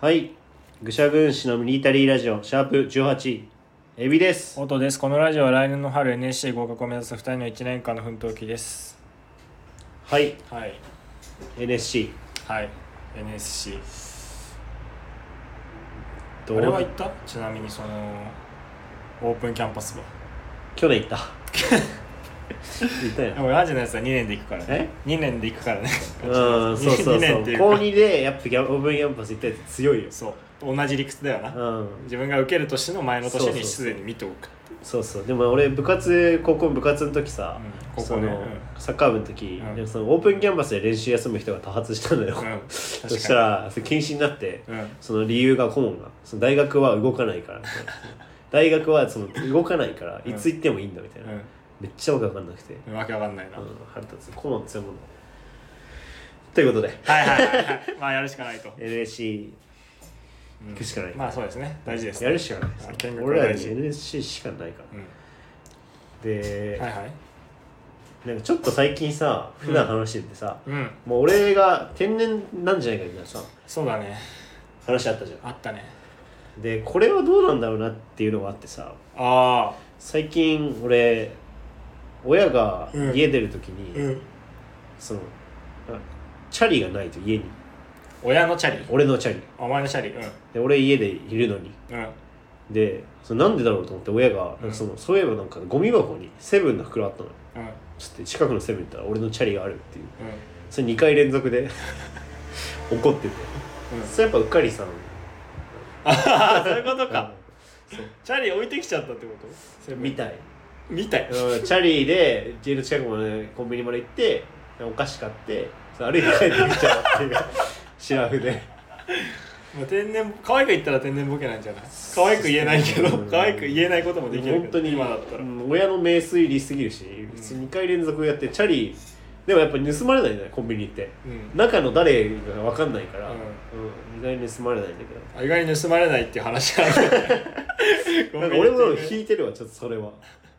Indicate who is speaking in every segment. Speaker 1: はい。愚者軍師のミリタリーラジオ、シャープ18、エビです。
Speaker 2: 音ですこのラジオは来年の春 NSC 合格を目指す2人の1年間の奮闘記です
Speaker 1: はい。
Speaker 2: はい
Speaker 1: NSC。
Speaker 2: はい NSC
Speaker 1: ど
Speaker 2: あれは行
Speaker 1: う
Speaker 2: ったちなみにそのオープンキャンパスは
Speaker 1: 去 年行った。行ったよ
Speaker 2: で。もマジのやつは2年で行くからね
Speaker 1: え
Speaker 2: 2年で行くからね
Speaker 1: うん、そうそう そう。
Speaker 2: 2年っていう
Speaker 1: 高
Speaker 2: か
Speaker 1: 2で、やっぱギャオープンキャンパス行ったやつ強いよ。
Speaker 2: そう同じ理屈だよな、
Speaker 1: うん。
Speaker 2: 自分が受ける年の前の年
Speaker 1: そうそう
Speaker 2: にすでに見ておく
Speaker 1: そうそう。でも俺、部活、高校部活の時さ、
Speaker 2: うん高校
Speaker 1: そ
Speaker 2: ね
Speaker 1: の、サッカー部の時、
Speaker 2: うん
Speaker 1: でもそのオープンキャンパスで練習休む人が多発したのよ。
Speaker 2: うん、確かに
Speaker 1: そしたら、それ禁止になって、
Speaker 2: うん
Speaker 1: その理由が顧問がその大学は動かないからみたいな大学はその動かないから
Speaker 2: うん
Speaker 1: いつ行ってもいいんだみたいな、めっちゃわけわかんなくて、
Speaker 2: うんわけわかんないな、
Speaker 1: うん、腹立つ顧問強いもんだということで
Speaker 2: はいはいはいはいまあやるし かないと、
Speaker 1: NSC
Speaker 2: うん
Speaker 1: 行くしかない
Speaker 2: まあそうですね大事です
Speaker 1: やるしかないですね
Speaker 2: 見学は
Speaker 1: 俺ら
Speaker 2: 大
Speaker 1: に
Speaker 2: 事
Speaker 1: NSC しかないから、
Speaker 2: う
Speaker 1: で、
Speaker 2: んはいはい
Speaker 1: なんかちょっと最近さ普段話しててさ、
Speaker 2: うん
Speaker 1: もう俺が天然なんじゃないかみたいなさ
Speaker 2: そうだね
Speaker 1: 話あったじゃ
Speaker 2: あったね
Speaker 1: んでこれはどうなんだろうなっていうのがあってさ
Speaker 2: あ
Speaker 1: 最近俺親が家出るときに、
Speaker 2: あん
Speaker 1: そのあチャリがないと家に
Speaker 2: 親のチャリ
Speaker 1: 俺のチャリ
Speaker 2: お前のチャリう
Speaker 1: で俺家でいるのに
Speaker 2: んうん
Speaker 1: でそのなんでだろうと思って親がなんかその、そういえばなんかゴミ箱にセブンの袋あったの
Speaker 2: うんうん
Speaker 1: ちょっと近くのセブン行ったら俺のチャリがあるっていうそれ2回連続で怒ってて、
Speaker 2: うん
Speaker 1: それやっぱうっかりさん
Speaker 2: ああそういうことか
Speaker 1: そう
Speaker 2: チャリ置いてきちゃったってことそれ
Speaker 1: みたい、
Speaker 2: 見たい
Speaker 1: うん、チャリで家の近くまでコンビニまで行ってお菓子買ってそれ歩いて帰ってきちゃうっていうシラフで。
Speaker 2: まあ天然可愛く言ったら天然ボケなんじゃない可愛く言えないけど
Speaker 1: うん
Speaker 2: 可愛く言えないこともできるけど
Speaker 1: 本当に
Speaker 2: 今だったら
Speaker 1: うん親の名推理しすぎるし普通2回連続やってチャリでもやっぱ盗まれないんだよコンビニって
Speaker 2: うん
Speaker 1: 中の誰が分かんないから、う
Speaker 2: うんん
Speaker 1: 意外に盗まれないんだけど
Speaker 2: あ意外に盗まれないっていう話があ る
Speaker 1: なんか俺も
Speaker 2: ひ
Speaker 1: 引いてるわちょっとそれは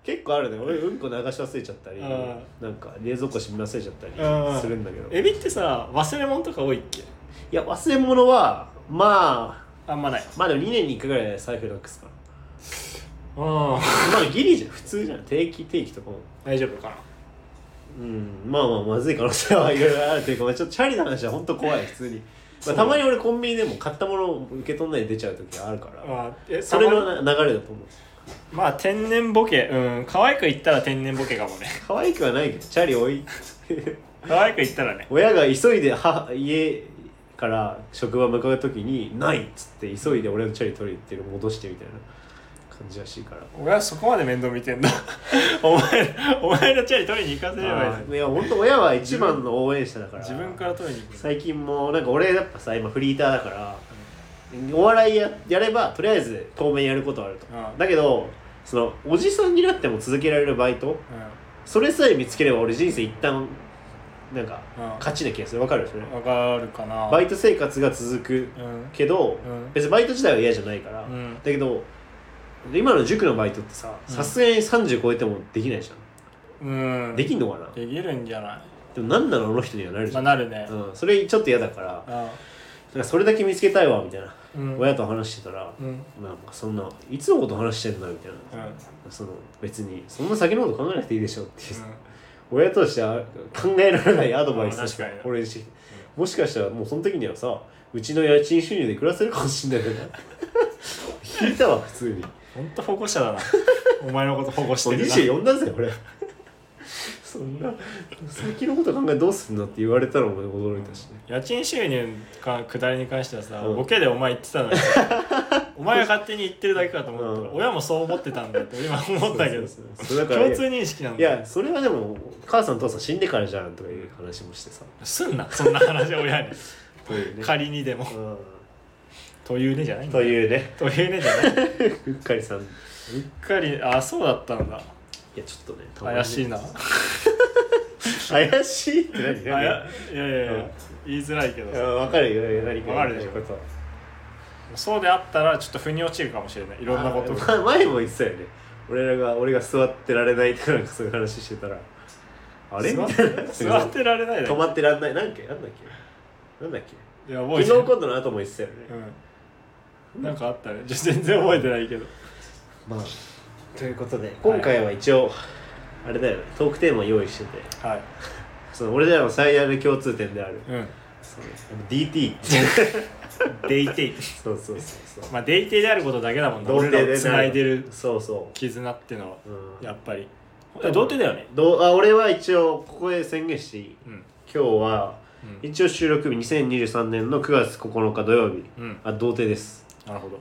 Speaker 1: 結構あるね俺うんこ流し忘れちゃったり
Speaker 2: あ
Speaker 1: なんか冷蔵庫閉め忘れちゃった
Speaker 2: あ
Speaker 1: り
Speaker 2: あ
Speaker 1: するんだけど
Speaker 2: エビってさ忘れ物とか多いっけ
Speaker 1: いや忘れ物はまあ
Speaker 2: あんまない
Speaker 1: まあでも2年に1回ぐらい財布なくすから
Speaker 2: うん
Speaker 1: まあギリじゃん普通じゃん定期定期とかも
Speaker 2: 大丈夫かな
Speaker 1: うん、まあまあまずい可能性はいろいろあるというか、まあ、ちょっとチャリの話は本当怖い普通に、まあ、たまに俺コンビニでも買ったものを受け取んないで出ちゃう時があるから
Speaker 2: あえ
Speaker 1: それ
Speaker 2: たまに
Speaker 1: のな流れだと思う
Speaker 2: まあ天然ボケうん可愛く言ったら天然ボケかもね
Speaker 1: 可愛くはないけどチャリ置い
Speaker 2: 可愛く言ったらね
Speaker 1: 親が急いで母家から職場向かう時に「ない!」っつって急いで俺のチャリ取りに行ってる戻してみたいな感じらしいから。
Speaker 2: 俺はそこまで面倒見てんだお前お前のチャリ取りに行かせればいいの
Speaker 1: あーいや本当親は一番の応援者だから
Speaker 2: 自分から取りに行く
Speaker 1: 最近もなんか俺やっぱさ今フリーターだから、お笑いややればとりあえず当面やることはあると、
Speaker 2: うん
Speaker 1: だけどそのおじさんになっても続けられるバイトそれさえ見つければ俺人生一旦なんか
Speaker 2: うん
Speaker 1: 勝ちな気がするわかるでしょ、ね
Speaker 2: うんわかるかな
Speaker 1: バイト生活が続く
Speaker 2: うん
Speaker 1: けど、
Speaker 2: うん
Speaker 1: 別にバイト自体は嫌じゃないから、
Speaker 2: うん
Speaker 1: だけど今の塾のバイトってさ
Speaker 2: うん
Speaker 1: さすがに30超えてもできないじゃ
Speaker 2: うん
Speaker 1: ん
Speaker 2: で
Speaker 1: でき
Speaker 2: き
Speaker 1: んのかな
Speaker 2: るんじゃない
Speaker 1: でもなんならあの人にはなるじ
Speaker 2: ま
Speaker 1: ゃ
Speaker 2: あ
Speaker 1: ん、
Speaker 2: なるね
Speaker 1: うん、それちょっと嫌だからなんかそれだけ見つけたいわみたいな
Speaker 2: うんうん
Speaker 1: 親と話してたら、
Speaker 2: うん
Speaker 1: なんかそんないつのこと話してんだみたい
Speaker 2: うん
Speaker 1: な、その別にそんな先のこと考えなくていいでしょっていう、親としては考えられないアドバイス
Speaker 2: あー確かに
Speaker 1: 俺にしてきてもしかしたらもうその時にはさうちの家賃収入で暮らせるかもしんないよね引いたわ普通に
Speaker 2: ほんと保護者 だなお前のこと保護して
Speaker 1: もう
Speaker 2: るな
Speaker 1: 24だぜ俺そんな先のこと考えどうすんのって言われたらもう驚いたしね
Speaker 2: 家賃収入か下りに関してはさ、
Speaker 1: うん
Speaker 2: ボケでお前言って たのにさお前が勝手に言ってるだけかと思ったら、
Speaker 1: うん
Speaker 2: 親もそう思ってたんだって今思ったけど
Speaker 1: そうそうそうそうだから
Speaker 2: 共通認識なん
Speaker 1: い
Speaker 2: だよ
Speaker 1: やそれはでも母さん父さん死んでからじゃんとかいう話もしてさ
Speaker 2: すんなそんな話親に
Speaker 1: というね
Speaker 2: 仮にでも
Speaker 1: う
Speaker 2: というねじゃないん
Speaker 1: ん
Speaker 2: だ
Speaker 1: と
Speaker 2: よ
Speaker 1: いうね
Speaker 2: というねじゃないう
Speaker 1: っかりさんい
Speaker 2: っかりあそうだったんだ
Speaker 1: やちょっとねたまにね
Speaker 2: 怪しいな
Speaker 1: 怪しいって 何
Speaker 2: あ
Speaker 1: 何
Speaker 2: やいやいやいや、
Speaker 1: うん
Speaker 2: 言いづらいけど
Speaker 1: いや
Speaker 2: さ
Speaker 1: 分かるよ何か
Speaker 2: わかるでしょ
Speaker 1: 言いたいこ
Speaker 2: そうであったらちょっと腑に落ちるかもしれない
Speaker 1: と
Speaker 2: いろんなことが
Speaker 1: あ前も言ってたよね俺らが俺が座ってられないとかなんかそういう話してたらあれ
Speaker 2: 座
Speaker 1: み
Speaker 2: った
Speaker 1: いな
Speaker 2: て座ってられないだ
Speaker 1: 止
Speaker 2: ろ
Speaker 1: まってらんないなんだっけなんだっけなんだっけ
Speaker 2: いや覚
Speaker 1: 昨
Speaker 2: え
Speaker 1: 日
Speaker 2: てない
Speaker 1: 今度の後も言ってたよね
Speaker 2: うんなんかあったねじゃ全然覚えてないけど
Speaker 1: まあということで今回は一応、あれだよねトークテーマ用意してて
Speaker 2: はい
Speaker 1: その俺らの最大の共通点である
Speaker 2: うん
Speaker 1: その DT
Speaker 2: デイテイ
Speaker 1: そうそうそうそう
Speaker 2: まあデイテイであることだけだもんな
Speaker 1: 童
Speaker 2: 俺
Speaker 1: 貞
Speaker 2: らを
Speaker 1: で
Speaker 2: 繋いでる
Speaker 1: そうそ
Speaker 2: 絆っていうのは
Speaker 1: う、うん、
Speaker 2: やっぱり童貞だよね
Speaker 1: どうあ俺は一応ここで宣言していい
Speaker 2: うん
Speaker 1: 今日は
Speaker 2: うん
Speaker 1: 一応収録日2023年の9月9日土曜日
Speaker 2: うん
Speaker 1: あ童貞です
Speaker 2: なるほど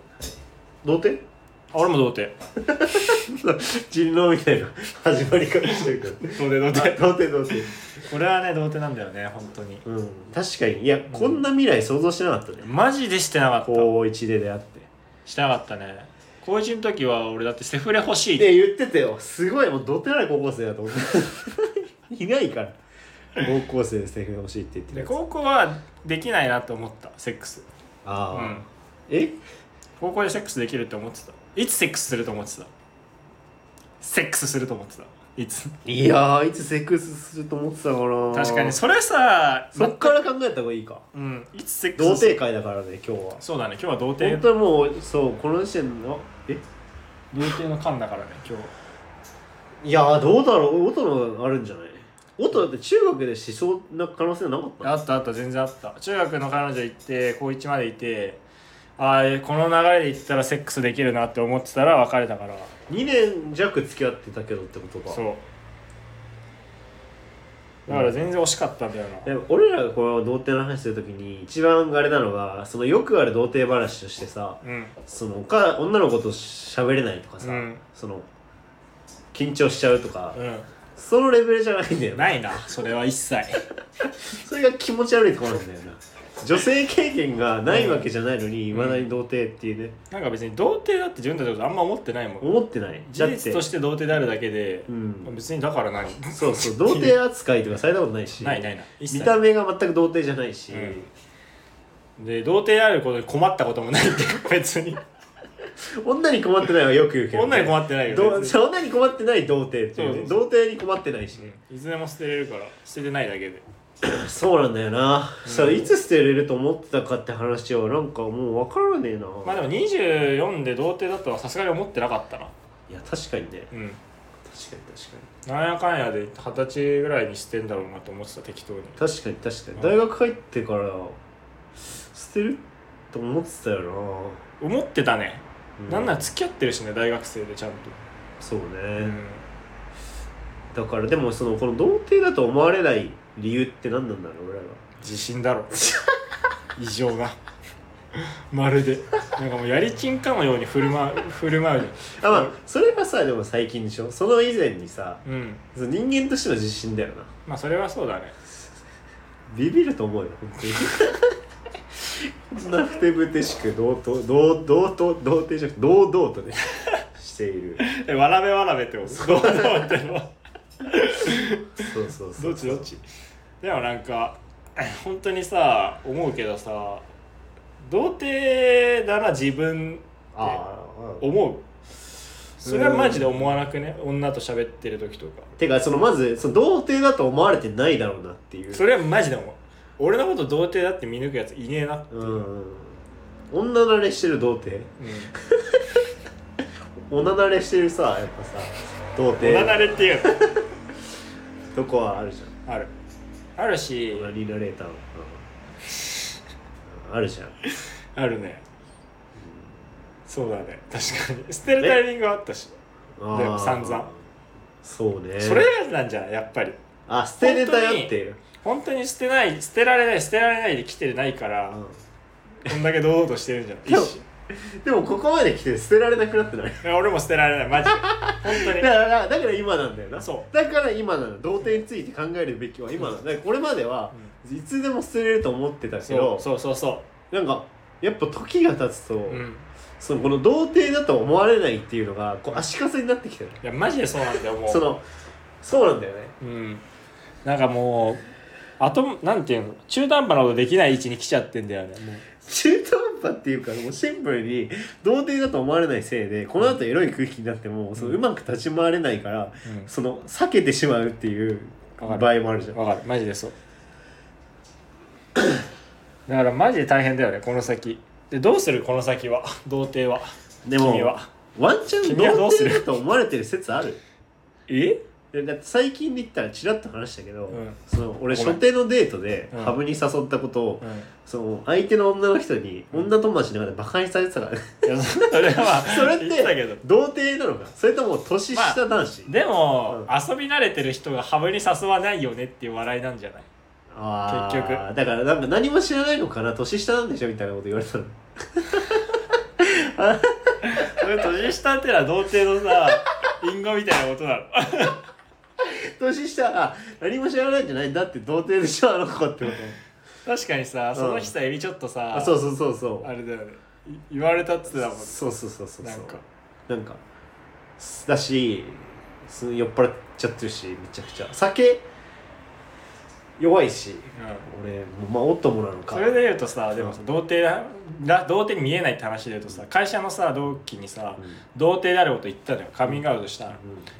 Speaker 1: 童貞
Speaker 2: あ俺も童貞
Speaker 1: 人狼みたいな始まり方してるけど
Speaker 2: 童貞童
Speaker 1: あ童貞童貞
Speaker 2: これはね童貞なんだよね本当に
Speaker 1: うん確かにいやこんな未来想像してなかったね
Speaker 2: マジでしてなかった
Speaker 1: 高1で出会って
Speaker 2: してなかったね高一の時は俺だってセフレ欲しいって
Speaker 1: で言ってたよすごいもうどてない高校生だと思って いないから高校生でセフレ欲しいって言ってる
Speaker 2: で
Speaker 1: やつ
Speaker 2: 高校はできないなと思ったセックスう
Speaker 1: ああ、
Speaker 2: ん
Speaker 1: え
Speaker 2: 高校でセックスできるって思ってたいつセックスすると思ってたセックスすると思ってたいつ
Speaker 1: いやーいつセックスすると思ってたかな
Speaker 2: 確かにそれさ
Speaker 1: そっから考えた方がいいか
Speaker 2: うんいつセックス
Speaker 1: 童貞会だからね今日は
Speaker 2: そうだね今日は童
Speaker 1: 本
Speaker 2: 貞
Speaker 1: 当にもうそうこの時点のえ
Speaker 2: 童貞の間だからね今日
Speaker 1: いやーどうだろう音のあるんじゃない音だって中学で思想な可能性なかった
Speaker 2: あったあった全然あった中学の彼女行って高1までいてああこの流れで行ったらセックスできるなって思ってたら別れたから
Speaker 1: 2年弱付き合ってたけどってことか
Speaker 2: そうだから全然惜しかったんだよな、
Speaker 1: でも俺らがこの童貞の話するときに一番あれなのがそのよくある童貞話としてさ
Speaker 2: うん
Speaker 1: そのか女の子と喋れないとかさ、
Speaker 2: うん
Speaker 1: その緊張しちゃうとか、
Speaker 2: う
Speaker 1: そのレベルじゃないんだよね
Speaker 2: ん、ないなそれは一 切
Speaker 1: それが気持ち悪いところなんだよな女性経験がないわけじゃないのにいまだに童貞っていうね
Speaker 2: なんか別に童貞だって自分たちのことあんま思ってないもん
Speaker 1: 思ってないだ
Speaker 2: 事
Speaker 1: って
Speaker 2: 実として童貞であるだけで、
Speaker 1: うん
Speaker 2: 別にだから何
Speaker 1: そうそう童貞扱いとかされたことないし
Speaker 2: ないないない一切
Speaker 1: 見た目が全く童貞じゃないし、
Speaker 2: うんで童貞であることに困ったこともないっていうか別 に
Speaker 1: 女に困ってないはよく言うけどね、
Speaker 2: 女に困ってないよ
Speaker 1: ど
Speaker 2: 別に
Speaker 1: そんなに困ってない童貞っていうね
Speaker 2: そうそう
Speaker 1: 童貞に困ってないし、
Speaker 2: うんいつでも捨てれるから捨ててないだけで
Speaker 1: そうなんだよな、
Speaker 2: うん
Speaker 1: さあいつ捨てれると思ってたかって話はなんかもう分からねえな、
Speaker 2: まあでも24で童貞だとはさすがに思ってなかったない
Speaker 1: や確かにね
Speaker 2: うん
Speaker 1: 確かに確かに
Speaker 2: なんやかんやで二十歳ぐらいに捨てんだろうなと思ってた適当に
Speaker 1: 確かに確かに、
Speaker 2: うん
Speaker 1: 大学入ってから捨てると思ってたよな、
Speaker 2: 思ってたね、
Speaker 1: う
Speaker 2: なんなら付き合ってるしね大学生でちゃんと、
Speaker 1: そうね、
Speaker 2: うん
Speaker 1: だからでもそのこの童貞だと思われない理由って何なんだろう俺らは
Speaker 2: 自信だろ 異常なまるでなんかもうやりちんかのように振る舞う振る舞う
Speaker 1: あまあそれはさでも最近でしょその以前にさ
Speaker 2: うん
Speaker 1: その人間としての自信だよな
Speaker 2: まあそれはそうだね
Speaker 1: ビビると思うよ本当にこんなふてぶてしく同等同同等同定じゃなくて堂々とねしている
Speaker 2: えわらべわらべってことどうどうっての
Speaker 1: そうそうそう
Speaker 2: どっちどっちでもなんか 本当にさ思うけどさ童貞だな自分
Speaker 1: ああ
Speaker 2: 思うそれはマジで思わなくね女と喋ってる時とか
Speaker 1: てかそのまずその童貞だと思われてないだろうなっていう
Speaker 2: それはマジで思う俺のこと童貞だって見抜くやついねえなうん
Speaker 1: うん女慣れしてる童貞女慣れしてるさやっぱさ童
Speaker 2: 女慣
Speaker 1: 貞
Speaker 2: れっていうの
Speaker 1: とこはあるじゃん
Speaker 2: あるあるし
Speaker 1: オナニーナレーターの、うんあるじゃん
Speaker 2: あるねそうだね確かに捨てるタイミングはあったし
Speaker 1: あー
Speaker 2: でも散々
Speaker 1: そうね
Speaker 2: それなんじゃないやっぱり
Speaker 1: あ捨てれたよっていう、
Speaker 2: 本当に捨てない捨てられない捨てられないで来てないから、こんだけ堂々としてるんじゃない
Speaker 1: でも
Speaker 2: 一瞬
Speaker 1: うんでもここまで来て捨てられなくなってない
Speaker 2: いや俺も捨てられないマジで本
Speaker 1: だ
Speaker 2: 当
Speaker 1: か
Speaker 2: に
Speaker 1: らだから今なんだよな
Speaker 2: そう
Speaker 1: だから今なの童貞について考えるべきは今なのだからこれまではいつでも捨てれると思ってたけ
Speaker 2: そう
Speaker 1: ど
Speaker 2: そうそうそ
Speaker 1: なんかやっぱ時が経つと、
Speaker 2: う、うん、
Speaker 1: そのこの童貞だと思われないっていうのがこう足かせになってきてる
Speaker 2: いやマジでそうなんだよもう
Speaker 1: そのそうなんだよね
Speaker 2: うん、なんかもうあとなんていうの中途半端なことできない位置に来ちゃってんだよねもう
Speaker 1: 中途半端っていうかもうシンプルに童貞だと思われないせいでこの後エロい空気になっても、うそのうまく立ち回れないから、
Speaker 2: うん
Speaker 1: その避けてしまうっていう場
Speaker 2: わ
Speaker 1: 合
Speaker 2: か
Speaker 1: もあるじゃん
Speaker 2: わかるマジでそうだからマジで大変だよねこの先でどうするこの先は童貞は
Speaker 1: でも
Speaker 2: 君は
Speaker 1: ワンチャン
Speaker 2: 君はど
Speaker 1: 童
Speaker 2: うす
Speaker 1: 貞だ
Speaker 2: る
Speaker 1: と思われてる説ある
Speaker 2: え
Speaker 1: でだって最近で言ったらちらっと話したけど、
Speaker 2: うん
Speaker 1: その俺
Speaker 2: ごめん
Speaker 1: 初手のデートで
Speaker 2: うん
Speaker 1: ハブに誘ったことを、
Speaker 2: うん
Speaker 1: その相手の女の人に女友達の中でバカにされてたからね
Speaker 2: いやそれは
Speaker 1: それって
Speaker 2: 言たけど
Speaker 1: 童貞なのかそれとも年下男子、
Speaker 2: でも、
Speaker 1: う
Speaker 2: 遊び慣れてる人がハブに誘わないよねっていう笑いなんじゃない
Speaker 1: あー
Speaker 2: 結局
Speaker 1: だからなんか何も知らないのかな年下なんでしょみたいなこと言われたの
Speaker 2: それ 年下ってのは童貞のさ隠語みたいなことなの
Speaker 1: 年下あ何も知らないんじゃないんだって童貞でしょあの子ってこと
Speaker 2: 確かにさその日さエビちょっとさ、
Speaker 1: あそうそうそうそう
Speaker 2: あれだよねい言われたっつってたもん
Speaker 1: そうそうそうそうそう
Speaker 2: なんか
Speaker 1: なんかすだしす酔っ払っちゃってるしめちゃくちゃ酒弱いし
Speaker 2: うん
Speaker 1: 俺もうまあ夫もなのか
Speaker 2: それで言うとさでもさ童貞だだ童貞に見えないって話で言うとさ会社のさ同期にさ
Speaker 1: うん
Speaker 2: 童貞であること言ったのよカミングアウトしたの、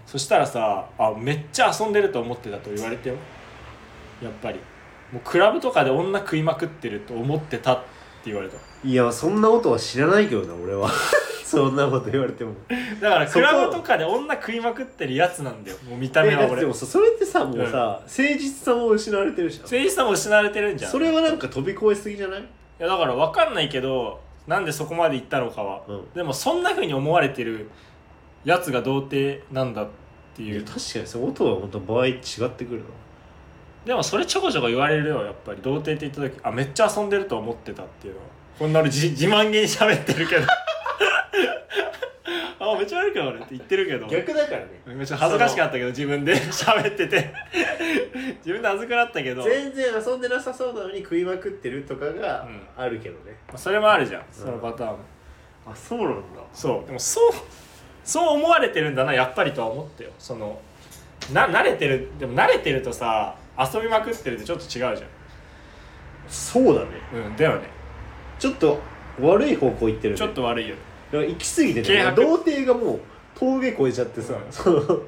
Speaker 2: そしたらさあめっちゃ遊んでると思ってたと言われてよやっぱりもうクラブとかで女食いまくってると思ってたって言われた
Speaker 1: うんいやそんなことは知らないけどな俺 はそんなこと言われても
Speaker 2: だから
Speaker 1: そ
Speaker 2: ク
Speaker 1: こ
Speaker 2: ラブとかで女食いまくってるやつなんだよもう見た
Speaker 1: え
Speaker 2: 目
Speaker 1: だ
Speaker 2: は
Speaker 1: って
Speaker 2: 俺
Speaker 1: でもさそれってさもうさ、誠実さも失われてるじゃん
Speaker 2: 誠実さも失われてるんじゃん
Speaker 1: それはなんか飛び越えすぎじゃない
Speaker 2: いやだから分かんないけどなんでそこまで行ったのかは、
Speaker 1: うん
Speaker 2: でもそんな風に思われてるやつが童貞なんだって
Speaker 1: い
Speaker 2: い
Speaker 1: や
Speaker 2: う
Speaker 1: 確かにその音は本当場合違ってくるな
Speaker 2: でもそれちょこちょこ言われるよやっぱり童貞って言った時あめっちゃ遊んでると思ってたっていうのはこんなのじ自 慢げに喋ってるけど あめっちゃ悪くなるって言ってるけど
Speaker 1: 逆だからね
Speaker 2: めっちゃ恥ずかしかったけど自分で 喋ってて自分で恥ずくなったけど
Speaker 1: 全然遊んでなさそうなのに食いまくってるとかがあるけどね、
Speaker 2: それもあるじゃんそのパターンも
Speaker 1: あそうなんだ
Speaker 2: そうでもそうそう思われてるんだなやっぱりとは思ったよそのな慣れてるでも慣れてるとさ遊びまくってるってちょっと違うじ
Speaker 1: そうだね
Speaker 2: ゃんうんだよね
Speaker 1: ちょっと悪い方向行ってるね
Speaker 2: ちょっと悪いよ
Speaker 1: だから行き過ぎて
Speaker 2: 軽
Speaker 1: ね
Speaker 2: 薄
Speaker 1: 童貞がもう峠越えちゃってさ、
Speaker 2: うん
Speaker 1: その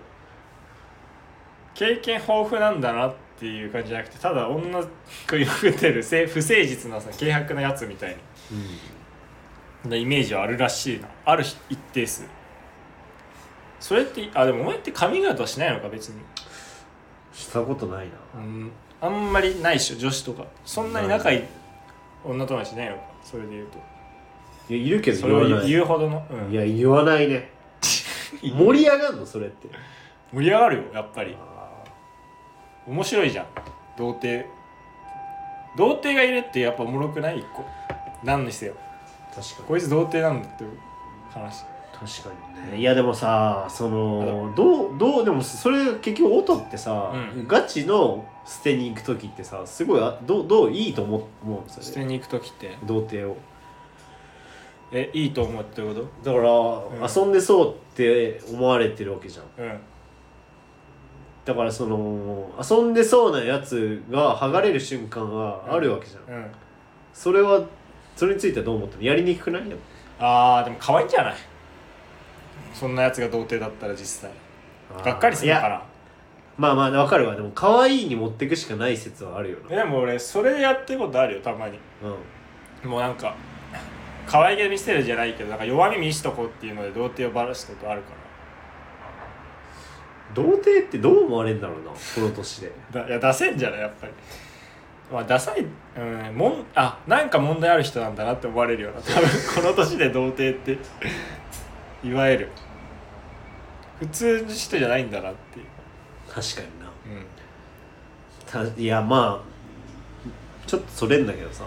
Speaker 2: 経験豊富なんだなっていう感じじゃなくてただ女食いまくってるせ不誠実なさ軽薄なやつみたいなイメージはあるらしいなある一定数それってあでもお前ってカミングアウトはしないのか別に
Speaker 1: したことないな
Speaker 2: うんあんまりないっしょ女子とかそんなに仲いい女友達いないのかそれで言うと
Speaker 1: いやいるけど
Speaker 2: そ
Speaker 1: 言
Speaker 2: れ
Speaker 1: わ
Speaker 2: を
Speaker 1: ない
Speaker 2: 言うほどの、うん
Speaker 1: いや言わない ね盛り上がんのそれって
Speaker 2: 盛り上がるよやっぱり
Speaker 1: あ
Speaker 2: 面白いじゃん童貞童貞がいるってやっぱおもろくない一個何にせよ
Speaker 1: ー確か
Speaker 2: こいつ童貞なんだっていう話
Speaker 1: に確かにねいやでもさそのどうどうでもそれ結局音ってさ、
Speaker 2: うん
Speaker 1: ガチの捨てに行く時ってさすごいあどうどういいと思う思うんです
Speaker 2: 捨
Speaker 1: よ
Speaker 2: て
Speaker 1: ね
Speaker 2: に行く時って
Speaker 1: 童貞を
Speaker 2: えいいと思うってこと
Speaker 1: だから、
Speaker 2: ん
Speaker 1: 遊んでそうって思われてるわけじゃん
Speaker 2: うん
Speaker 1: だからその遊んでそうなやつが剥がれる瞬間があるわけじゃん、
Speaker 2: うん
Speaker 1: それはそれについてはどう思ってるやりにくくないよ
Speaker 2: あーでも可愛いんじゃないそんなやつが童貞だったら実際がっかりするか
Speaker 1: いや
Speaker 2: ら
Speaker 1: まあまあわかるわでも可愛いに持ってくしかない説はあるよ
Speaker 2: え
Speaker 1: な
Speaker 2: でも俺それやってることあるよたまに
Speaker 1: うん
Speaker 2: もうなんか可愛げ見せるじゃないけどなんか弱み見しとこうっていうので童貞をバラしたことあるか
Speaker 1: 童貞ってどう思われるんだろうなこの年で
Speaker 2: らだいや出せんじゃないやっぱりまあダサいうんもんあなんか問題ある人なんだなって思われるよな多分この年で童貞っていわゆる普通の人じゃないんだなっていう、
Speaker 1: 確かにな
Speaker 2: うんうん、
Speaker 1: たいやまあちょっとそれんだけどさ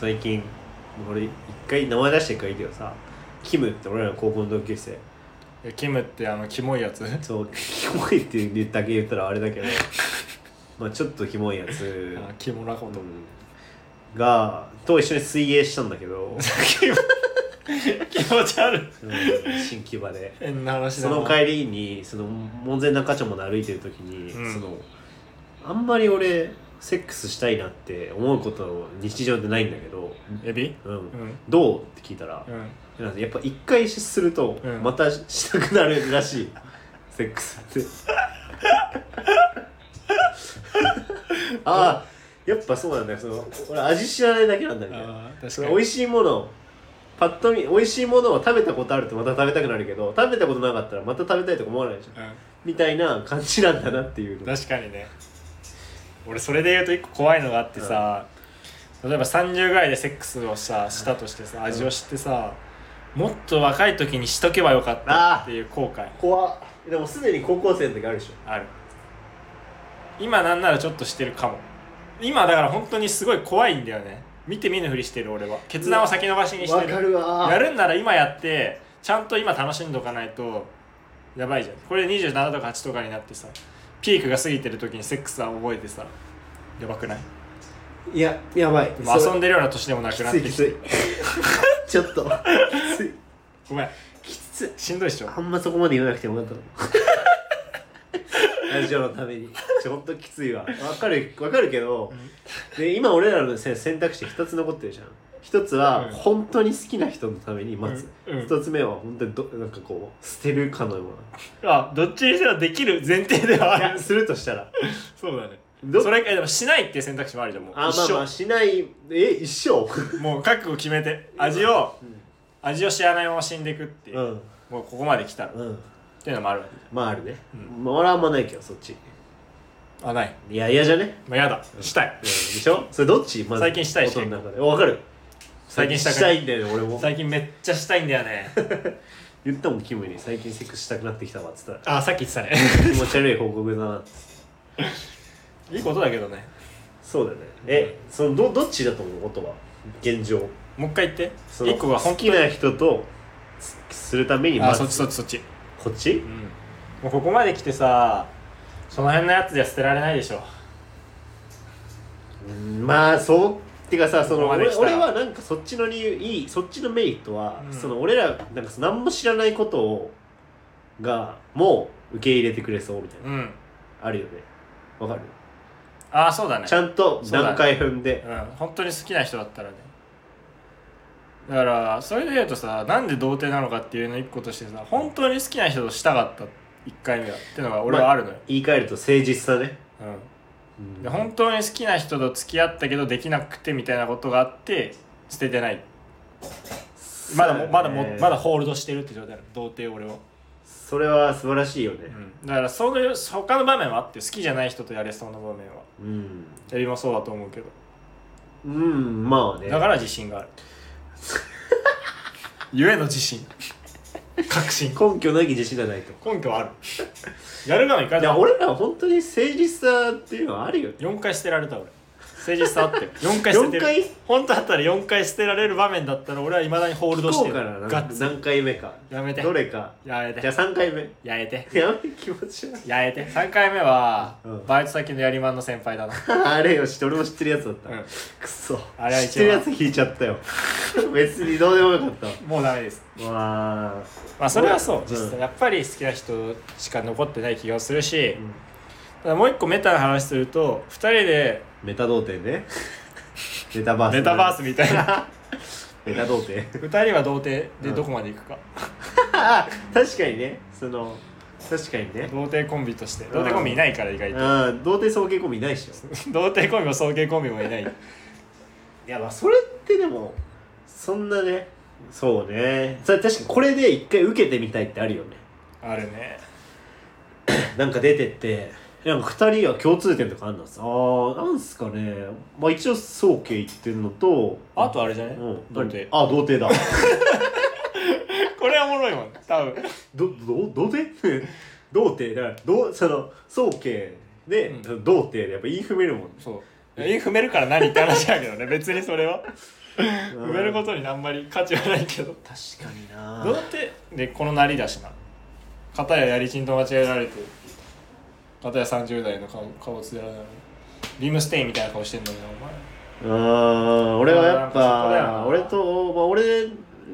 Speaker 1: 最近俺一回名前出してるからいいけどさキムって俺らの高校の同級生
Speaker 2: えキムってあのキモいやつあ
Speaker 1: そうキモいって言っただけ言ったらあれだけどまあちょっとキモいやつ、
Speaker 2: キモなこ
Speaker 1: う
Speaker 2: と
Speaker 1: んがと一緒に水泳したんだけど、
Speaker 2: キモ気持ち悪い
Speaker 1: うん新木場で
Speaker 2: 変な話
Speaker 1: そ
Speaker 2: だな
Speaker 1: の帰りにその門前仲町まで歩いてる時に、
Speaker 2: うん
Speaker 1: そのあんまり俺セックスしたいなって思うこと日常でないんだけど、
Speaker 2: エビ
Speaker 1: うん
Speaker 2: うん
Speaker 1: どうって聞いたら
Speaker 2: う、ん
Speaker 1: なんかやっぱ一回すると
Speaker 2: うん
Speaker 1: またしたくなるらしい、セ ックスってああやっぱそうなんだよその俺味知らないだけなんだみたいな
Speaker 2: あー確
Speaker 1: そ
Speaker 2: か
Speaker 1: の
Speaker 2: に
Speaker 1: 美味しいものをパッと見美味しいものを食べたことあるとまた食べたくなるけど食べたことなかったらまた食べたいとか思わないじゃんみたいな感じなんだなっていう
Speaker 2: うん、
Speaker 1: の
Speaker 2: 確かにね俺それで言うと一個怖いのがあってさ、例えば30ぐらいでセックスをさしたとしてさ味を知ってさ、もっと若い時にしとけばよかったっていう後悔
Speaker 1: 怖っでもすでに高校生の時あるでしょ
Speaker 2: ある今なんならちょっとしてるかも今だから本当にすごい怖いんだよね見て見ぬふりしてる俺は決断を先延ばしにしてる
Speaker 1: るわ
Speaker 2: やるんなら今やってちゃんと今楽しんどかないとやばいじゃんこれで27とか8とかになってさピークが過ぎてる時にセックスは覚えてさやばくない
Speaker 1: いややばい
Speaker 2: もう遊
Speaker 1: そ
Speaker 2: んでるような年でもなくなっ
Speaker 1: れ
Speaker 2: て
Speaker 1: きついき
Speaker 2: き
Speaker 1: つ
Speaker 2: て
Speaker 1: いちょっときつい
Speaker 2: ごめん
Speaker 1: きつい
Speaker 2: しんどいっしょ
Speaker 1: あんまそこまで言わなくてもよかった のラジオのためにちょほんときついわわかるわかるけど、で今俺らのせ選択肢2つ残ってるじゃん一つは
Speaker 2: うん
Speaker 1: 本当に好きな人のために待つ、
Speaker 2: うんうん
Speaker 1: 一つ目は本当にどなんかこう捨てるかのよう
Speaker 2: あどっちにしてもできる前提では
Speaker 1: ないやするとしたら
Speaker 2: そうだね
Speaker 1: ど
Speaker 2: それえでもしないっていう選択肢もあるじゃんもう
Speaker 1: あ
Speaker 2: 一
Speaker 1: まあ
Speaker 2: 生
Speaker 1: まあしないえ一生
Speaker 2: もう覚悟決めて味を味を知らないまま死んでいくっていう、
Speaker 1: うん
Speaker 2: もうここまで来たら、っ
Speaker 1: うん
Speaker 2: ていうのもあるわ
Speaker 1: まああるね、
Speaker 2: うん
Speaker 1: まあ俺はあんまないけどそっち
Speaker 2: けあない
Speaker 1: いや嫌じゃね
Speaker 2: まあやだしたい
Speaker 1: うんでしょそれどっちまず
Speaker 2: 最近したいし
Speaker 1: 音の中でわかる
Speaker 2: 最近したく
Speaker 1: し
Speaker 2: な
Speaker 1: た
Speaker 2: い
Speaker 1: いんだよね俺も
Speaker 2: 最近めっちゃしたいんだよね
Speaker 1: 言ったもんキムに最近セックスしたくなってきたわっつったら
Speaker 2: あさっき言ってたね
Speaker 1: 気持ち悪い報告だなっつって
Speaker 2: いいことだけどね
Speaker 1: そうだよねえそのどどっちだと思う音は現状
Speaker 2: もう一回言って
Speaker 1: その
Speaker 2: 一個が
Speaker 1: 好
Speaker 2: 本
Speaker 1: きな人とすするために
Speaker 2: あ
Speaker 1: まず
Speaker 2: そっちそっちそ
Speaker 1: こ
Speaker 2: っち
Speaker 1: っち
Speaker 2: うんもうここまで来てさその辺のやつじゃ捨てられないでしょ
Speaker 1: うんまあそうてかさそ
Speaker 2: こ
Speaker 1: の
Speaker 2: こまで
Speaker 1: 俺
Speaker 2: 来た
Speaker 1: 俺はなんかそっちの理由いいそっちのメリットは、
Speaker 2: うん
Speaker 1: その俺らなんかその何も知らないことをがもう受け入れてくれそうみたいな、
Speaker 2: うん
Speaker 1: あるよねわかる
Speaker 2: あそうだね
Speaker 1: ちゃんと段階踏んで、
Speaker 2: うん本当に好きな人だったらねだからそれで言うとさなんで童貞なのかっていうの一個としてさ本当に好きな人としたかった1回目はっていうのが俺はあるのよ、
Speaker 1: 言い換えると誠実さね、
Speaker 2: うん、で本当に好きな人と付き合ったけどできなくてみたいなことがあって捨ててないまだもまだもまだホールドしてるって状態なの童貞俺を、
Speaker 1: それは素晴らしいよ
Speaker 2: う
Speaker 1: ね
Speaker 2: ん、だからそういう他の場面はあって好きじゃない人とやれそうな場面は
Speaker 1: うん、
Speaker 2: エビもそうだと思うけど
Speaker 1: うん、まあね
Speaker 2: だから自 信があるゆえの自信確信
Speaker 1: 根拠なき自信がないと
Speaker 2: 根拠はあるやるがもいか
Speaker 1: い
Speaker 2: ない
Speaker 1: や俺らは本当に誠実さっていうのはあるよね
Speaker 2: 4回捨てられた俺誠実さあって4回捨てて
Speaker 1: 四
Speaker 2: る
Speaker 1: 回
Speaker 2: 本当だったら4回捨てられる場面だったら俺はいまだにホールドし
Speaker 1: ど
Speaker 2: て
Speaker 1: う
Speaker 2: る
Speaker 1: かな
Speaker 2: ガッ
Speaker 1: 何
Speaker 2: ツ
Speaker 1: 何回目か
Speaker 2: やめて
Speaker 1: どれか
Speaker 2: やめて
Speaker 1: じゃあ3回目
Speaker 2: やめて
Speaker 1: やめ気持ち悪い
Speaker 2: やめて3回目は、
Speaker 1: うん
Speaker 2: バイト先のやりまんの先輩だな、
Speaker 1: あれよ知って俺も知ってるやつだった、
Speaker 2: うん
Speaker 1: くそ
Speaker 2: あれは
Speaker 1: 知
Speaker 2: 一番
Speaker 1: ってるやつ引いちゃったよ 別にどうでもよかったわ
Speaker 2: もうダメです
Speaker 1: わ
Speaker 2: まあそれはそう
Speaker 1: うん
Speaker 2: 実際やっぱり好きな人しか残ってない気がするし、
Speaker 1: ー、うん
Speaker 2: ただもう一個メタな話すると2人で
Speaker 1: メタ童貞ねメタバース
Speaker 2: メタバースみたい な
Speaker 1: メタ童貞
Speaker 2: 2人は童貞
Speaker 1: う
Speaker 2: で
Speaker 1: ん
Speaker 2: どこまで行くか、
Speaker 1: あ 確かにねその確かにね
Speaker 2: 童貞コンビとして童貞コンビいないから意外と
Speaker 1: あー童貞尊敬コンビいないでしょ
Speaker 2: 童貞コンビも送迎コンビもいない
Speaker 1: いやまあそれってでもそんなねそうねそれ確かにこれで一回受けてみたいってあるよね
Speaker 2: あるね
Speaker 1: なんか出てってなんか2人は共通点とかあるんですあーなんすかねまあ一応宗慶言ってるのと
Speaker 2: あとあれじゃ
Speaker 1: う
Speaker 2: ね、
Speaker 1: ん、
Speaker 2: 童貞
Speaker 1: あ童貞だ
Speaker 2: これはおもろいもん多分
Speaker 1: どど童貞 童貞だからどうその宗慶で、
Speaker 2: うん
Speaker 1: その童貞でやっぱ言い踏めるもん
Speaker 2: そういや踏めるから何って話だけどね別にそれは
Speaker 1: 踏
Speaker 2: 踏めることにあんまり価値はないけど
Speaker 1: 確かにな
Speaker 2: 童貞でこのなりだしな片ややりちんと間違えられて片や30代の顔顔つられなのにリムステインみたいな顔してんのになお前
Speaker 1: うーん俺はやっ
Speaker 2: あーなんかそこだよ
Speaker 1: ぱ
Speaker 2: な
Speaker 1: 俺と、まあ、俺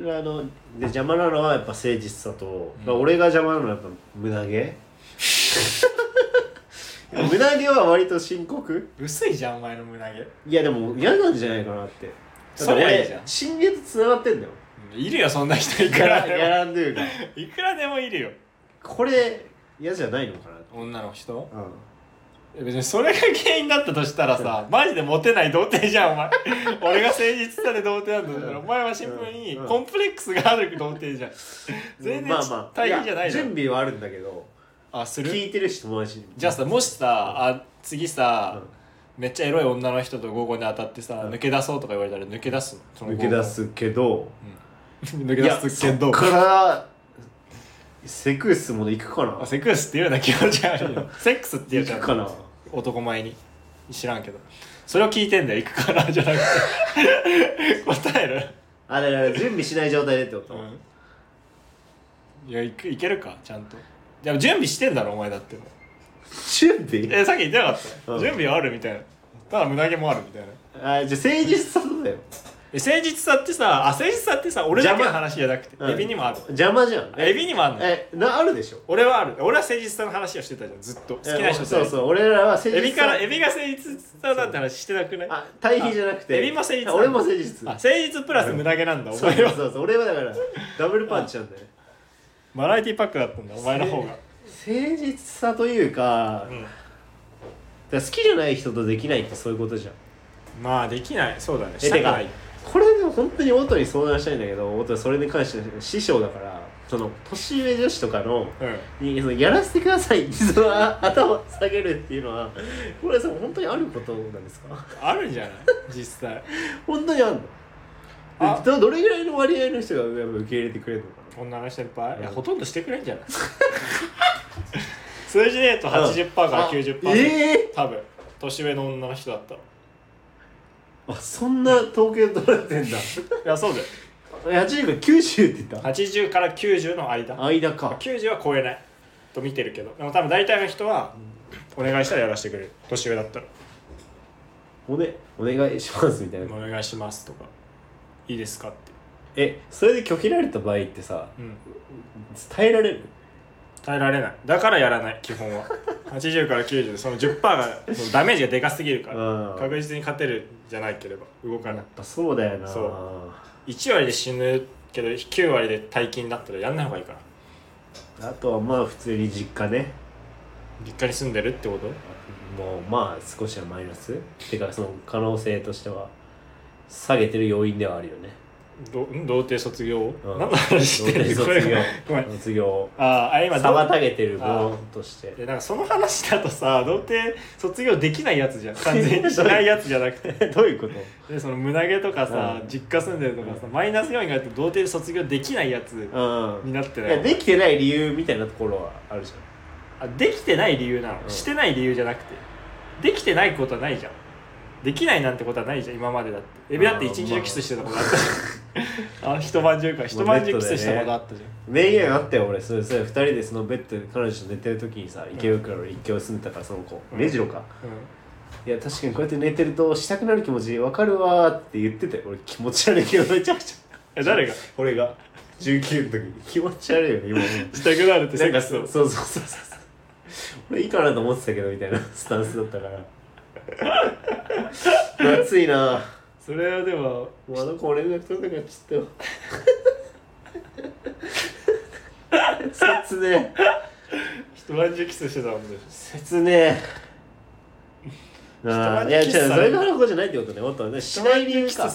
Speaker 1: らので邪魔なのはやっぱ誠実さと、
Speaker 2: うん
Speaker 1: まあ、俺が邪魔なのはやっぱ胸 毛胸毛は割と深刻
Speaker 2: 薄いじゃんお前の胸毛
Speaker 1: いやでも嫌なんじゃないかなってだって
Speaker 2: そりゃいいじゃ
Speaker 1: 俺
Speaker 2: ん
Speaker 1: 心霊とつながってんだよ
Speaker 2: うんいるよそんな人いく
Speaker 1: や
Speaker 2: ら
Speaker 1: ら
Speaker 2: で
Speaker 1: や
Speaker 2: も
Speaker 1: らんというか
Speaker 2: いくらでもいるよ
Speaker 1: これ嫌じゃないのかな
Speaker 2: 女の人
Speaker 1: うん
Speaker 2: 別にそれが原因だったとしたらさマジでモテない童貞じ ゃんお前俺が誠実さで童貞なんだからお前はシンプルに
Speaker 1: うんうん
Speaker 2: コンプレックスがある童貞じゃん全然
Speaker 1: まあ
Speaker 2: ち
Speaker 1: まあ
Speaker 2: 大変じゃない
Speaker 1: や
Speaker 2: じゃん
Speaker 1: 準備はあるんだけど
Speaker 2: あする
Speaker 1: 聞いてるし友達に
Speaker 2: じゃあさもしさあ次さ、
Speaker 1: うん
Speaker 2: めっちゃエロい女の人と合コンで当たってさ、
Speaker 1: うん
Speaker 2: 抜け出そうとか言われたら抜け出すのその
Speaker 1: 抜け出すけど
Speaker 2: 抜け出すけど
Speaker 1: いやそっからセクスまで行くかな
Speaker 2: あセックスっていうような気持ち悪いよセックスっていうじゃ
Speaker 1: 行くか
Speaker 2: ん
Speaker 1: な
Speaker 2: 男前に知らんけどそれを聞いてんだよ行くかなじゃなくて答える
Speaker 1: あれあれ準備しない状態でってこと、
Speaker 2: うんいやいくいけるかちゃんとでも準備してんだろお前だって
Speaker 1: 準備
Speaker 2: えさっき言ってなかった、
Speaker 1: うん
Speaker 2: 準備はあるみたいなただ胸毛もあるみたいな
Speaker 1: あじゃあ誠実さだよ
Speaker 2: え誠実さってさあ誠実さってさ俺だけの
Speaker 1: 邪魔
Speaker 2: 話じゃなくて、
Speaker 1: うん
Speaker 2: エビにもある
Speaker 1: 邪魔じゃん
Speaker 2: エビにもあるのよ
Speaker 1: えなあるでしょ
Speaker 2: 俺はある俺は誠実さの話をしてたじゃんずっと好き
Speaker 1: え
Speaker 2: な人と
Speaker 1: そうそう俺らは誠実
Speaker 2: エ
Speaker 1: さ
Speaker 2: ビからエビが誠実さだって話してなくない
Speaker 1: あ対比じゃなくて
Speaker 2: エビも誠実
Speaker 1: 俺も誠
Speaker 2: あ
Speaker 1: 実
Speaker 2: 誠実プラス胸毛なんだお
Speaker 1: そう
Speaker 2: 前
Speaker 1: そう
Speaker 2: は
Speaker 1: そうそう俺はだからダブルパンチなんだよね
Speaker 2: バラエティパックだったん だお前の方が
Speaker 1: 誠実さというか,、だ
Speaker 2: う
Speaker 1: か
Speaker 2: ん
Speaker 1: ら好きじゃない人とできないってそういうことじゃん
Speaker 2: まあできないそうだね
Speaker 1: え
Speaker 2: した
Speaker 1: て
Speaker 2: くな
Speaker 1: か
Speaker 2: い
Speaker 1: これでも本当に音に相談したいんだけど音はそれに関して師匠だからその年上女子とかの
Speaker 2: うん
Speaker 1: にそのやらせてくださいってそのあ頭を下げるっていうのはこれさ本当にあることなんですか
Speaker 2: あるんじゃない実際
Speaker 1: 本当にあるの
Speaker 2: あ
Speaker 1: どどれぐらいの割合の人がやっぱ受け入れてくれるのか
Speaker 2: 女の先輩、いや
Speaker 1: うん
Speaker 2: ほとんどしてくれんじゃない 数字で言うと
Speaker 1: な
Speaker 2: 80%から90%、
Speaker 1: あええ
Speaker 2: 多分年上の女の人だったらい
Speaker 1: あそんな統計取られてんだ
Speaker 2: やそうだよ
Speaker 1: え80から90って言った
Speaker 2: 80から90の間
Speaker 1: 間か
Speaker 2: 90は超えないと見てるけどでも多分大体の人はお願いしたらやらせてくれる年上だったら
Speaker 1: お,、ね、お願いしますみたいな、
Speaker 2: お願いしますとかいいですかって
Speaker 1: えそれで拒否られた場合ってさ
Speaker 2: うん
Speaker 1: 伝えられる
Speaker 2: 耐えられないだからやらない基本 は80から90でその10%がそのダメージがでかすぎるから
Speaker 1: ああやっ
Speaker 2: 確実に勝てるじゃないければ動かない
Speaker 1: ぱそうだよな
Speaker 2: そう1割で死ぬけど9割で大金だったらやんない方がいいから
Speaker 1: あとはまあ普通に実家ね
Speaker 2: 実家に住んでるってこと
Speaker 1: もうまあ少しはマイナスてかその可能性としては下げてる要因ではあるよね
Speaker 2: どん童貞卒業、
Speaker 1: うん
Speaker 2: 何の話してる
Speaker 1: 童貞卒業
Speaker 2: ごめんごめん
Speaker 1: 卒業
Speaker 2: あーあ今どう
Speaker 1: 妨げてるものとして
Speaker 2: でなんかその話だと さ童貞卒業できないやつじゃん完全にしないやつじゃなくて
Speaker 1: どういうこと
Speaker 2: でその胸毛とかさ、
Speaker 1: うん
Speaker 2: 実家住んでるとかさ、マイナス要因があって童貞卒業できないやつ
Speaker 1: う
Speaker 2: に
Speaker 1: ん
Speaker 2: なって
Speaker 1: い
Speaker 2: ない
Speaker 1: やできてない理由みたいなところはあるじ
Speaker 2: あできてない理由なの、
Speaker 1: うん
Speaker 2: してない理由じゃなくてできてないことはないじゃんできないなんてことはないじゃん今までだってエビだって
Speaker 1: あー
Speaker 2: 一日中キスしてたことあったじゃん、 あ、一晩中か一晩中キスしたことあったじゃん、
Speaker 1: ゃん名言あったよ俺それそれ2人でそのベッドで彼女と寝てる時にさ池袋の一強住んでたからその子
Speaker 2: うん
Speaker 1: 目白か
Speaker 2: うん
Speaker 1: いや確かにこうやって寝てるとしたくなる気持ちわかるわーって言ってたよ俺気持ち悪いけどめちゃくちゃ
Speaker 2: え誰が
Speaker 1: 俺が19の時に気持ち悪いよね今もう
Speaker 2: したくなるってセ
Speaker 1: なん
Speaker 2: ック
Speaker 1: か
Speaker 2: ス
Speaker 1: そ
Speaker 2: を
Speaker 1: うそうそうそうそう俺いいかなと思ってたけどみたいな スタンスだったから暑いな
Speaker 2: それはでも
Speaker 1: もうあの子俺連絡取んなくなっちゃったよ 切ね
Speaker 2: 一晩中キスしてたもんで
Speaker 1: 切ねなあいや違う
Speaker 2: 人
Speaker 1: そ
Speaker 2: がね
Speaker 1: れがの子じゃないってことねもっとねしない理由か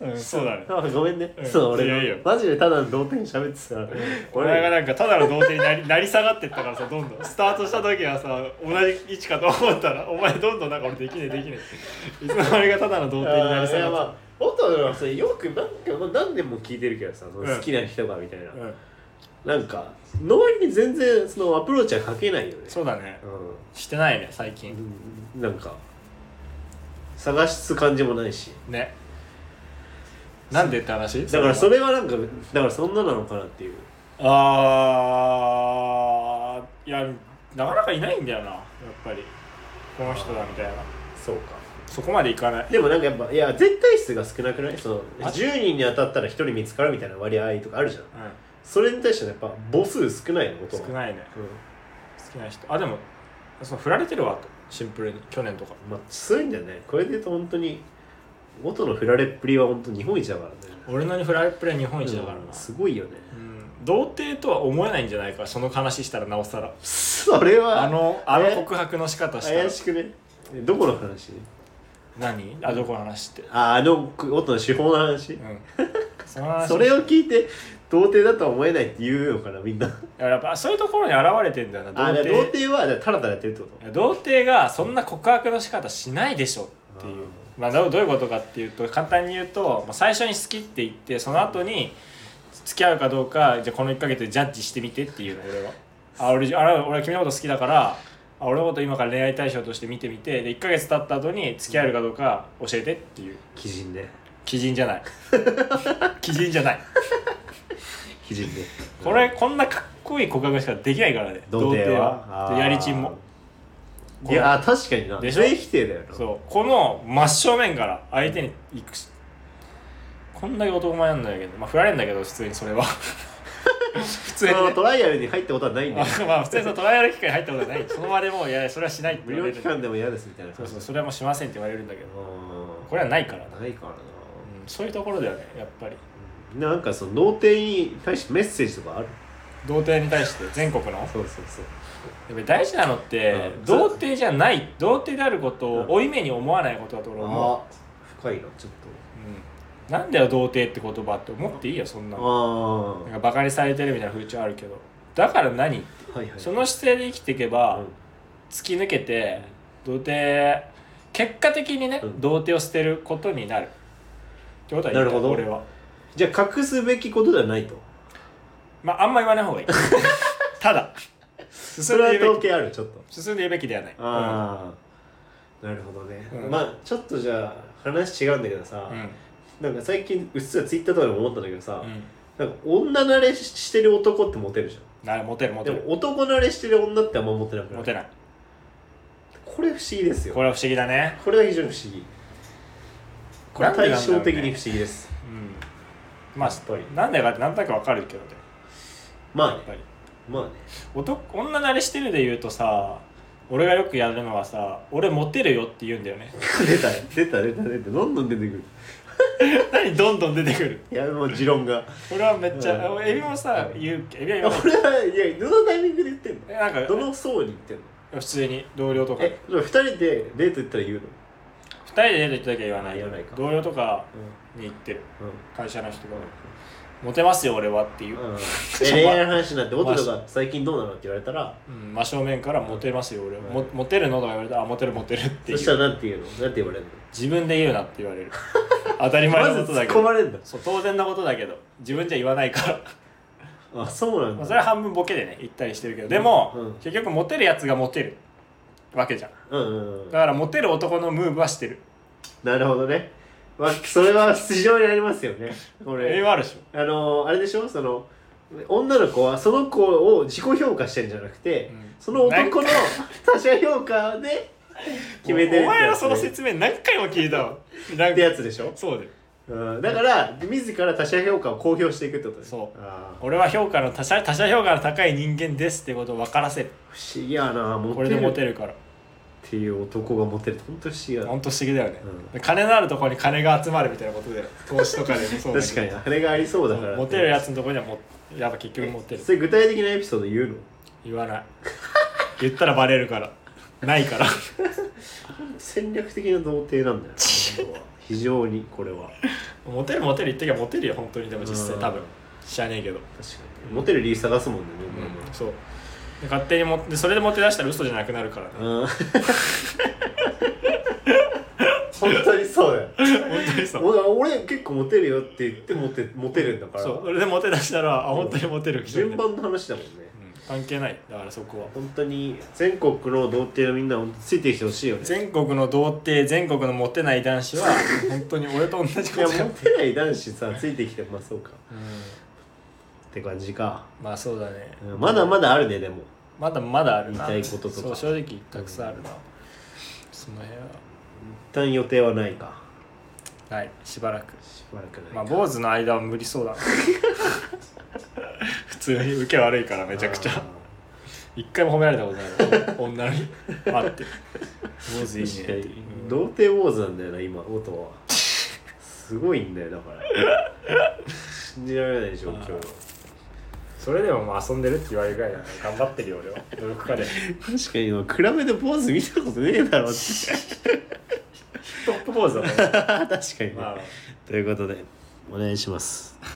Speaker 2: うんそうだね
Speaker 1: あごめんね、
Speaker 2: うん
Speaker 1: そう
Speaker 2: いやいや
Speaker 1: 俺がマジでただの同点喋ってたから、
Speaker 2: 俺がなんかただの童貞になり なり下がってったからさどんどんスタートした時はさ同じ位置かと思ったらお前どんどんなんか俺できねえできねえいつの間にかただの童貞になり
Speaker 1: あー
Speaker 2: 下
Speaker 1: いやま
Speaker 2: がっ
Speaker 1: あ音はそれよくなんかもう何年も聞いてるけどさその好きな人がみたいな、
Speaker 2: てた、う
Speaker 1: な
Speaker 2: ん、
Speaker 1: んか脳に全然そのアプローチはかけないよね
Speaker 2: そうだね
Speaker 1: う
Speaker 2: してないね最近
Speaker 1: んなんか探す感じもないし
Speaker 2: ねなんでって話
Speaker 1: だからそ
Speaker 2: れ
Speaker 1: れはなんかだからそんななのかなっていう
Speaker 2: はあーいやなかなかいないんだよなやっぱりこの人だみたいな
Speaker 1: そうか
Speaker 2: そこまでいかない
Speaker 1: でもなんかやっぱいや絶対数が少なくないその
Speaker 2: あ
Speaker 1: 10人に当たったら1人見つかるみたいな割合とかあるじゃん
Speaker 2: う
Speaker 1: それに対してやっぱ母数少ないの音
Speaker 2: ん
Speaker 1: は
Speaker 2: 少ないね
Speaker 1: う
Speaker 2: 好きな人あでもその振られてるわとシンプルに去年とか
Speaker 1: んまあ強いんだよねこれで言うと本当に音の振られっぷりは本当日本一だからね
Speaker 2: 俺のにフライプレー日本一だからな、
Speaker 1: うんすごいよね
Speaker 2: うん童貞とは思えないんじゃないかその話したらなおさら
Speaker 1: それは
Speaker 2: あのあ
Speaker 1: え
Speaker 2: の告白の仕方したら
Speaker 1: 怪しくねえどこの話
Speaker 2: 何あどこの話って
Speaker 1: ああのく音の手法の話
Speaker 2: うんその話
Speaker 1: それを聞いて童貞だとは思えないって言うのかなみんな
Speaker 2: だからやっぱそういうところに現れてんだよな
Speaker 1: あ童
Speaker 2: 童貞
Speaker 1: 童貞はだからタラタラやってるってこと
Speaker 2: 童貞がそんな告白の仕方しないでしょっていう、まあ、どうどういうことかっていうと簡単に言うと、まあ、最初に好きって言ってその後に付き合うかどうかじゃあこの1ヶ月でジャッジしてみてっていうの俺はあ俺あ俺は君のこと好きだからあ俺のこと今から恋愛対象として見てみてで1ヶ月経った後に付き合えるかどうか教えてっていう
Speaker 1: 基人ね
Speaker 2: 基人じ ゃない基人じゃない
Speaker 1: 基人ね
Speaker 2: これこんなかっこいい告白しかできないからね
Speaker 1: 童貞はあー
Speaker 2: でやりちんも
Speaker 1: いやあー確かにな
Speaker 2: でしょ
Speaker 1: 全否定だよな
Speaker 2: そうこの真正面から相手に行くしこんだけ男前なんだけどまあ振られんだけど普通にそれは 普通に、ね
Speaker 1: まあ、トライアルに入ったことはないんだよ
Speaker 2: あまあ普通にそのトライアル機会入ったことはないその場でもういやそれはしないって
Speaker 1: 無
Speaker 2: 言わ
Speaker 1: 料
Speaker 2: れ
Speaker 1: 期
Speaker 2: る
Speaker 1: 間でも嫌ですみたいな
Speaker 2: そうそう
Speaker 1: う
Speaker 2: それはもうしませんって言われるんだけどこ
Speaker 1: れ
Speaker 2: れはないからな、うん
Speaker 1: ないからな、
Speaker 2: そういうところだよねやっぱり
Speaker 1: なんかその童貞に対してメッセージとかある
Speaker 2: 童貞に対して全国のやっ
Speaker 1: そうそうそう
Speaker 2: ぱり大事なのって、
Speaker 1: うん
Speaker 2: 童貞じゃない童貞であることを負い目に思わないことだと俺は思う、
Speaker 1: あ深いなちょっ
Speaker 2: うん、なんだよ童貞って言葉って思っていいよそんなの
Speaker 1: と
Speaker 2: なんかバカにされてるみたいな風潮あるけどだから何
Speaker 1: ああはいはい
Speaker 2: その姿勢で生きていけば突き抜けて童貞結果的にね
Speaker 1: うん
Speaker 2: 童貞を捨てることになるってことは言い
Speaker 1: なる
Speaker 2: たい
Speaker 1: ほど
Speaker 2: 俺は
Speaker 1: じゃあ隠すべきことではないと
Speaker 2: まああんま言わない方 がいいただ
Speaker 1: そ
Speaker 2: 進ん
Speaker 1: れは
Speaker 2: で言う
Speaker 1: 統
Speaker 2: べき
Speaker 1: 計あるちょっと
Speaker 2: 進んで言うべきではない
Speaker 1: ああなるほどね、
Speaker 2: うん
Speaker 1: まあちょっとじゃあ話違うんだけどさ、
Speaker 2: うん
Speaker 1: なんか最近うっすらツイッターとかでも思ったんだけどさ
Speaker 2: う、ん
Speaker 1: なんか女慣れしてる男ってモテるじゃ
Speaker 2: なるモテるモ
Speaker 1: ん
Speaker 2: テ
Speaker 1: で
Speaker 2: る
Speaker 1: も男慣れしてる女ってあんまモテなくない
Speaker 2: モテない
Speaker 1: これ不思議ですよ
Speaker 2: これは不思議だね
Speaker 1: これは非常に不思議これ
Speaker 2: な
Speaker 1: 対
Speaker 2: んでなんだろうね
Speaker 1: 照的に不思議です、
Speaker 2: うんまあ
Speaker 1: やっぱり
Speaker 2: なんでかって何だか分かるけどね
Speaker 1: まあ
Speaker 2: やっ
Speaker 1: ね
Speaker 2: ぱり
Speaker 1: まあね
Speaker 2: 男女慣れしてるで言うとさ俺がよくやるのはさ俺モテるよって言うんだよね
Speaker 1: 出た出た出た出たどんどん出てくる
Speaker 2: 何どんどん出てくる
Speaker 1: いやもう持論が
Speaker 2: 俺はめっちゃ、
Speaker 1: うん
Speaker 2: エビもさ
Speaker 1: うん
Speaker 2: 言うエビは
Speaker 1: 俺
Speaker 2: 言わない
Speaker 1: はいやどのタイミングで言ってんの
Speaker 2: え なんか
Speaker 1: どの層に言ってんの
Speaker 2: 普通に同僚とか
Speaker 1: え
Speaker 2: 二
Speaker 1: じゃあ2人でデート行ったら言うの
Speaker 2: 人でデート行った時は言わない
Speaker 1: あ言わないか
Speaker 2: 同僚とかに言ってる会社の人が
Speaker 1: う
Speaker 2: モテますよ俺はっていう、
Speaker 1: ん、うんうん、え
Speaker 2: ょ
Speaker 1: 恋愛の話になって音とか最近どうなのって言われたら
Speaker 2: うん真正面からモテますよ俺は、
Speaker 1: うん
Speaker 2: もモテるのとか言われたらあモテるモテるってい
Speaker 1: そした
Speaker 2: う
Speaker 1: らなんて言うのなんて言われるの
Speaker 2: 自分で言うなって言われる当たり前
Speaker 1: まず
Speaker 2: のこと
Speaker 1: 突
Speaker 2: だ
Speaker 1: っ
Speaker 2: け
Speaker 1: 込
Speaker 2: ど、
Speaker 1: まれるんだ
Speaker 2: そう当然なことだけど自分じゃ言わないから
Speaker 1: あそうなん
Speaker 2: ま
Speaker 1: だ
Speaker 2: あそれは半分ボケでね言ったりしてるけどでも、
Speaker 1: うん
Speaker 2: 結局モテるやつがモテるわけじゃん
Speaker 1: うんうんうん
Speaker 2: だからモテる男のムーブはしてる
Speaker 1: なるほどね、まあ、それは非常にありますよねこ
Speaker 2: これ
Speaker 1: れ
Speaker 2: はあるでしょ、
Speaker 1: あのあれでしょその女の子はその子を自己評価してるんじゃなくて、
Speaker 2: うん
Speaker 1: その男の他者評価で決めてる
Speaker 2: お前のその
Speaker 1: ってやつね
Speaker 2: 説明何回も聞いた わな
Speaker 1: っ
Speaker 2: ん
Speaker 1: て
Speaker 2: か
Speaker 1: やつでしょ、
Speaker 2: そうだよ
Speaker 1: うん、だから自ら他者評価を公表していくってことね
Speaker 2: そう
Speaker 1: あー
Speaker 2: 俺は評価の他者他者評価の高い人間ですってことを分からせる
Speaker 1: 不思議やなモ
Speaker 2: こ
Speaker 1: テ
Speaker 2: れで
Speaker 1: る
Speaker 2: モ
Speaker 1: っ
Speaker 2: テるから
Speaker 1: ていう男がモテる本当不思議だな
Speaker 2: ほんと不思議だよね、
Speaker 1: う
Speaker 2: 金のあるところに金が集まるみたいなことで投資とかでもそうだけど
Speaker 1: 確かにあれがありそうだから
Speaker 2: モテるやつのところにはもやっぱ結局モテる
Speaker 1: それ具体的なエピソード言うの
Speaker 2: 言わない言ったらバレるからないから
Speaker 1: 戦略的な童貞なんだよ本当は非常にこれは
Speaker 2: モテるモテる言ってきゃモテるよ本当にでも実際
Speaker 1: うん
Speaker 2: 多分知らねえけど、
Speaker 1: 確かにモテる理由探すもんね、
Speaker 2: そうで勝手にもでそれでモテ出したら嘘じゃなくなるからね
Speaker 1: うん本当にそうだよ
Speaker 2: 本当にそう
Speaker 1: 俺俺結構モテるよって言ってモテモテるんだから
Speaker 2: そうそれでモテ出したらあ本当にモテる人いる
Speaker 1: 順番の話だもんね
Speaker 2: うん関係ないだからそこは
Speaker 1: 本当に全国の童貞のみんな本当についてきてほしいよね
Speaker 2: 全国の童貞全国のモテない男子は 本当に俺と同じ
Speaker 1: い
Speaker 2: こ
Speaker 1: や
Speaker 2: とや
Speaker 1: モテない男子さついてきてまあそうか
Speaker 2: うん
Speaker 1: って感じか
Speaker 2: まあそうだね
Speaker 1: うんまだまだあるねでも
Speaker 2: まだまだあるな
Speaker 1: 言いたいこととか
Speaker 2: そう正直たくさんあるな、その辺は
Speaker 1: 一旦予定はないか
Speaker 2: ないしばらく
Speaker 1: しばらくないか
Speaker 2: まあ坊主の間は無理そう だ普通に受け悪いからめちゃくちゃ一回も褒められたことないお女にあって坊主いいねっ
Speaker 1: 確か
Speaker 2: て
Speaker 1: に童貞坊主なんだよな今音はすごいんだよだから信じられない状況
Speaker 2: あーそれでもまあ遊んでるって言われるぐらいだから頑張ってるよ俺は努力家で
Speaker 1: 確かに今比べてポーズ見たことねえだろって
Speaker 2: トップポーズだと思
Speaker 1: 確
Speaker 2: う
Speaker 1: かにね、
Speaker 2: まあ
Speaker 1: ということでお願いします